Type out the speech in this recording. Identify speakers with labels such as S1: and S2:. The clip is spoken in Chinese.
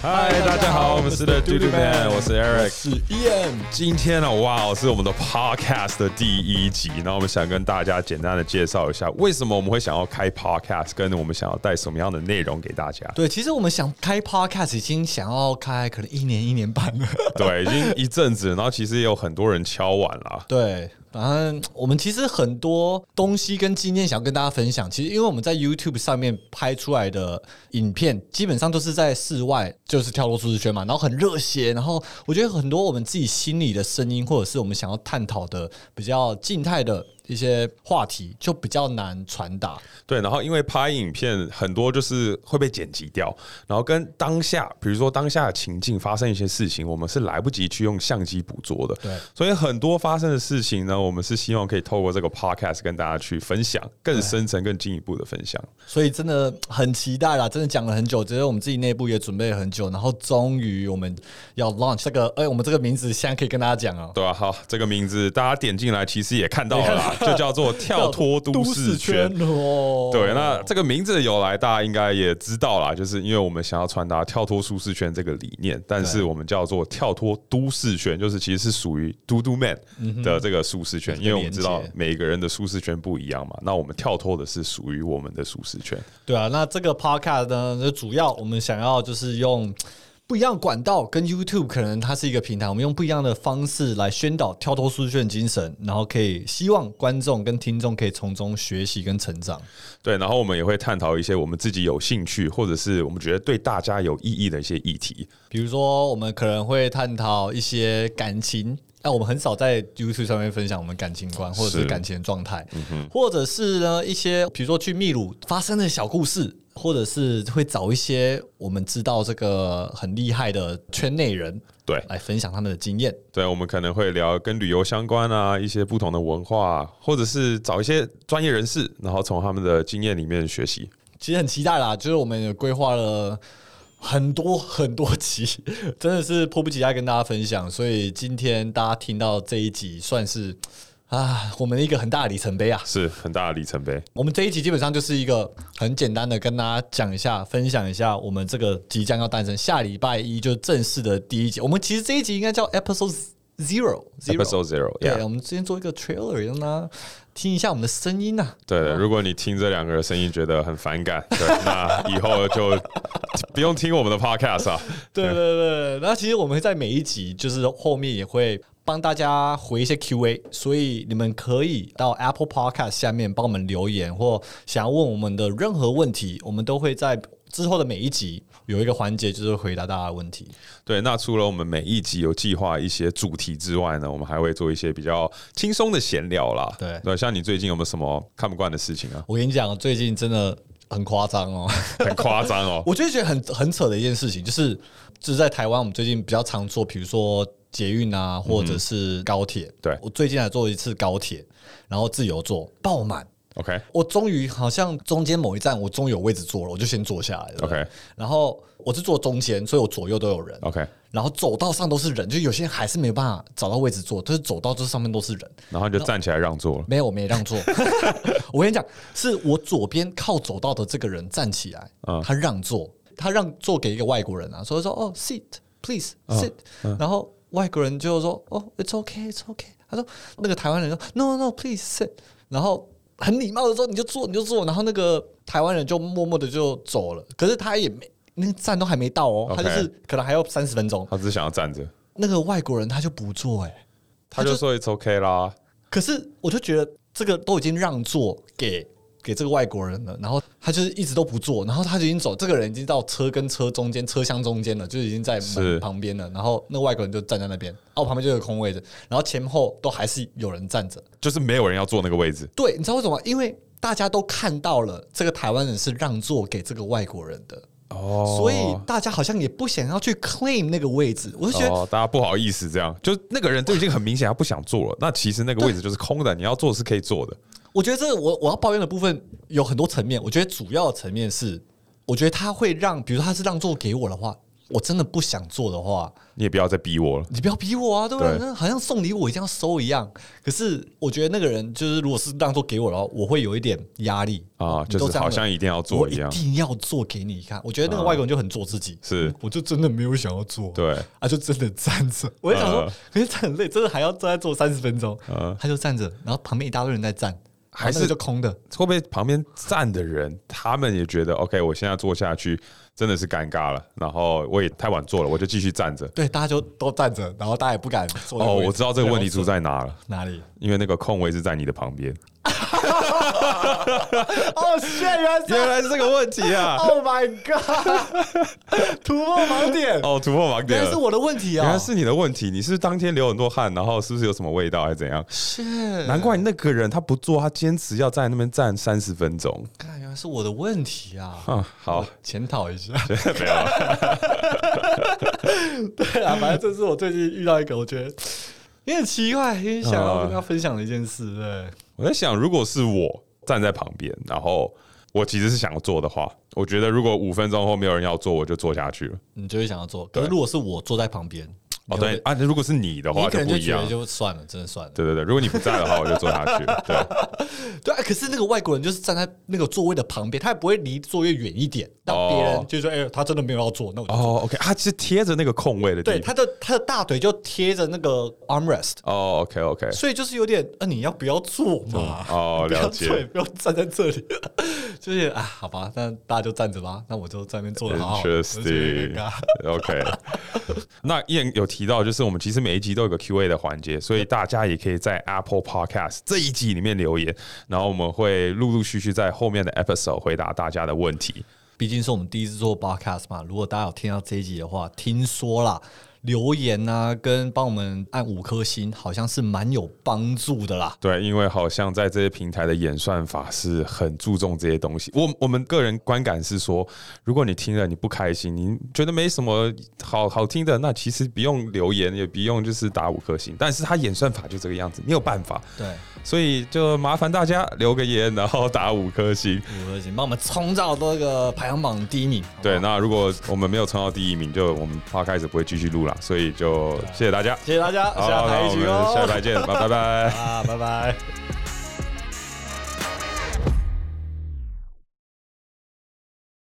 S1: 嗨，大家好，我们是 The Doodoo Man，我是 Eric。
S2: 是 Ian，
S1: 今天呢，哇，是我们的 Podcast 的第一集。那我们想跟大家简单的介绍一下，为什么我们会想要开 Podcast，跟我们想要带什么样的内容给大家。
S2: 对，其实我们想开 podcast 已经想要开，可能一年一年半了。
S1: 对，已经一阵子，然后其实也有很多人敲碗啦。
S2: 对，反正我们其实很多东西跟经验想要跟大家分享。其实，因为我们在 YouTube 上面拍出来的影片，基本上都是在室外，就是跳脱舒适圈嘛，然后很热血。然后我觉得很多我们自己心里的声音，或者是我们想要探讨的比较静态的一些话题，就比较难传达。
S1: 对，然后因为拍影片很多就是会被剪辑掉，然后跟当下，比如说当下的情境发生一些事情，我们是来不及去用相机捕捉的。
S2: 对
S1: 所以很多发生的事情呢，我们是希望可以透过这个 podcast 跟大家去分享更深层、更进一步的分享。
S2: 所以真的很期待啦！真的讲了很久，只是我们自己内部也准备了很久，然后终于我们要 launch 这个，哎、我们这个名字现在可以跟大家讲哦、
S1: 对啊，好，这个名字大家点进来其实也看到了啦，就叫做 跳脱都市圈。
S2: 哦。
S1: 对，那这个名字的由来，大家应该也知道啦，就是因为我们想要传达跳脱舒适圈这个理念，但是
S2: 对
S1: 我们叫做跳脱都市圈，就是其实是属于嘟嘟 man 的这个舒适圈，
S2: 嗯这
S1: 因
S2: 个
S1: 为我们知道
S2: 连接
S1: 每个人的舒适圈不一样嘛，那我们跳脱的是属于我们的舒适圈。
S2: 对啊，那这个 podcast 呢，就主要我们想要就是用。不一样的管道跟 YouTube 可能它是一个平台，我们用不一样的方式来宣导跳脱舒适圈的精神，然后可以希望观众跟听众可以从中学习跟成长。
S1: 对，然后我们也会探讨一些我们自己有兴趣，或者是我们觉得对大家有意义的一些议题。
S2: 比如说，我们可能会探讨一些感情。那、我们很少在 YouTube 上面分享我们感情观或者
S1: 是
S2: 是感情的状态，或者是呢一些比如说去秘鲁发生的小故事，或者是会找一些我们知道这个很厉害的圈内人
S1: 对，
S2: 来分享他们的经验。
S1: 对，我们可能会聊跟旅游相关啊，一些不同的文化、啊，或者是找一些专业人士，然后从他们的经验里面学习。
S2: 其实很期待啦，就是我们也规划了很多很多集， 真的是迫不及待跟大家分享。所以今天大家听到这一集，算是啊我们一个很大的里程碑啊。
S1: 是很大的里程碑。
S2: 我们这一集基本上就是一个很简单的跟大家讲一下、分享一下我们这个即将要诞生，下礼拜一就正式的第一集。我们其实这一集应该叫 Episode Zero Zero。
S1: Episode Zero，
S2: 对
S1: yeah
S2: 我们之前做一个 trailer，让大家听一下我们的声音呐、啊。
S1: 对的，如果你听这两个人声音觉得很反 感，对，那以后就不用听我们的 podcast 啊。
S2: 对对对，那其实我们在每一集就是后面也会帮大家回一些 Q&A，所以你们可以到 Apple Podcast 下面帮我们留言，或想要问我们的任何问题，我们都会在之后的每一集有一个环节就是回答大家的问题。
S1: 对，那除了我们每一集有计划一些主题之外呢，我们还会做一些比较轻松的闲聊啦。
S2: 对
S1: 对，像你最近有没有什么看不惯的事情啊？
S2: 我跟你讲，最近真的很夸张哦。
S1: 很夸张哦。
S2: 我就觉得很很扯的一件事情，就是就是在台湾，我们最近比较常做，比如说捷运啊，或者是高铁、
S1: 对
S2: 我最近还做一次高铁，然后自由坐爆满。
S1: OK，
S2: 我终于好像中间某一站，我终于有位置坐了，我就先坐下来了。
S1: OK
S2: 然后我是坐中间，所以我左右都有人。
S1: OK
S2: 然后走道上都是人，就有些人还是没办法找到位置坐，就是走道这上面都是人。
S1: 然后你就站起来让座了。
S2: 没有，我没 让座。我跟你讲，是我左边靠走道的这个人站起来，
S1: 嗯
S2: 他让座，他让座给一个外国人啊，所以说哦，sit please
S1: 啊
S2: sit，、然后外国人就说哦，it's okay it's okay，他说那个台湾人说 no no please sit，然后很礼貌的说你就坐你就坐，然后那个台湾人就默默的就走了，可是他也没。那个站都还没到哦，他就是
S1: OK
S2: 可能还要三十分钟。
S1: 他只想要站着，
S2: 那个外国人他就不坐哎、
S1: 他就说 It's OK 啦。
S2: 可是我就觉得这个都已经让座给给这个外国人了，然后他就是一直都不坐，然后他就已经走，这个人已经到车跟车中间、车厢中间了，就已经在
S1: 是
S2: 门旁边了，然后那个外国人就站在那边，啊，我旁边就有空位置，然后前后都还是有人站着。
S1: 就是没有人要坐那个位置。
S2: 对，你知道为什么吗？因为大家都看到了这个台湾人是让座给这个外国人的。
S1: 哦
S2: 所以大家好像也不想要去 claim 那个位置，我就觉得
S1: 哦，大家不好意思，这样就那个人都已经很明显他不想坐了。那其实那个位置就是空的，你要坐是可以坐的。
S2: 我觉得这我我要抱怨的部分有很多层面，我觉得主要的层面是，我觉得他会让，比如他是让座给我的话，我真的不想做的话，
S1: 你也不要再逼我了。
S2: 你不要逼我啊，对不对？
S1: 对
S2: 那好像送礼我一定要收一样。可是我觉得那个人就是，如果是当做给我的话，我会有一点压力
S1: 啊，
S2: 哦你都
S1: 就是
S2: 这样
S1: 好
S2: 了
S1: 像一定要
S2: 我
S1: 做一样，啊
S2: 定要做给你看。我觉得那个外国人就很做自己，
S1: 是
S2: 我就真的没有想要做，
S1: 对
S2: 啊，就真的站着。 呃我就想说
S1: 嗯，
S2: 可是站很累，真的还要站在坐三十分钟
S1: 嗯，
S2: 他就站着，然后旁边一大堆人在站，然后
S1: 还
S2: 那
S1: 是
S2: 个就空的。
S1: 会不会旁边站的人，他们也觉得 OK，我现在坐下去真的是尴尬了，然后我也太晚坐了，我就继续站着。
S2: 对，大家就都站着，然后大家也不敢坐那个
S1: 哦，
S2: 位置。
S1: 我知道这个问题
S2: 对
S1: 出在哪了，
S2: 哪里？
S1: 因为那个空位是在你的旁边，
S2: 哦，现在原来 是
S1: 原来是这个问题 啊！
S2: Oh my god！突 破盲点，
S1: 哦，突破盲点了，
S2: 原来是我的问题啊！
S1: 原来是你的问题，你是不是当天流很多汗，然后是不是有什么味道还是怎样？
S2: 是，
S1: 难怪那个人他不做，他坚持要在那边站三十分 钟。
S2: 看原来是我的问题 啊！
S1: 啊，好，
S2: 检讨一下。
S1: 没有了，
S2: 啊对 啊，反正这是我最近遇到一个，我觉得有点奇怪，有点想要跟他分享的一件事。对，
S1: 我在想，如果是我站在旁边，然后我其实是想做的话，我觉得如果五分钟后没有人要做，我就做下去了。
S2: 你就会想要做。可是如果是我坐在旁边，
S1: 哦，对啊，如果是你的
S2: 你
S1: 话就
S2: 可能
S1: 不
S2: 就
S1: 一
S2: 觉
S1: 样
S2: 得。就算了，真的算了。
S1: 对对对，如果你不在的话，我就做下去。 对，
S2: 对啊，可是那个外国人就是站在那个座位的旁边，他也不会离座位远一点，让别
S1: 哦
S2: 人就说：“哎、他真的没有要做。”那我就
S1: 哦，OK，他是贴着那个空位的地
S2: 对
S1: 方。
S2: 他的他的大腿就贴着那个 armrest，
S1: 哦，OK，OK，
S2: 所以就是有点，呃，你要不要做嘛？
S1: 哦
S2: 不要
S1: 了解
S2: 做也不要站在这里， 就是啊，好吧，那大家就站着吧，那我就在那边坐着好好的。我就觉得有点
S1: Interesting
S2: 尬。
S1: OK，那燕有提到，就是我们其实每一集都有个 Q&A 的环节，所以大家也可以在 Apple Podcast 这一集里面留言，然后我们会陆陆续续在后面的 episode 回答大家的问题。
S2: 毕竟是我们第一次做 podcast 嘛，如果大家有听到这一集的话，听说啦。留言啊，跟帮我们按五颗星，好像是蛮有帮助的啦。
S1: 对，因为好像在这些平台的演算法是很注重这些东西。我我们个人观感是说，如果你听了你不开心，你觉得没什么好好听的，那其实不用留言，也不用就是打五颗星。但是它演算法就这个样子，没有办法，
S2: 对，
S1: 所以就麻烦大家留个言，然后打五颗星。
S2: 五颗星帮我们冲到那个排行榜第一名。好不好
S1: 对，，那如果我们没有冲到第一名，就我们 p 开始不会继续录了，所以就谢谢大家。
S2: 谢谢大家，
S1: 好，
S2: 下
S1: 那
S2: 台一
S1: 我
S2: 局
S1: 们下
S2: 哦
S1: 礼。拜见，拜拜拜。
S2: 啊，拜拜。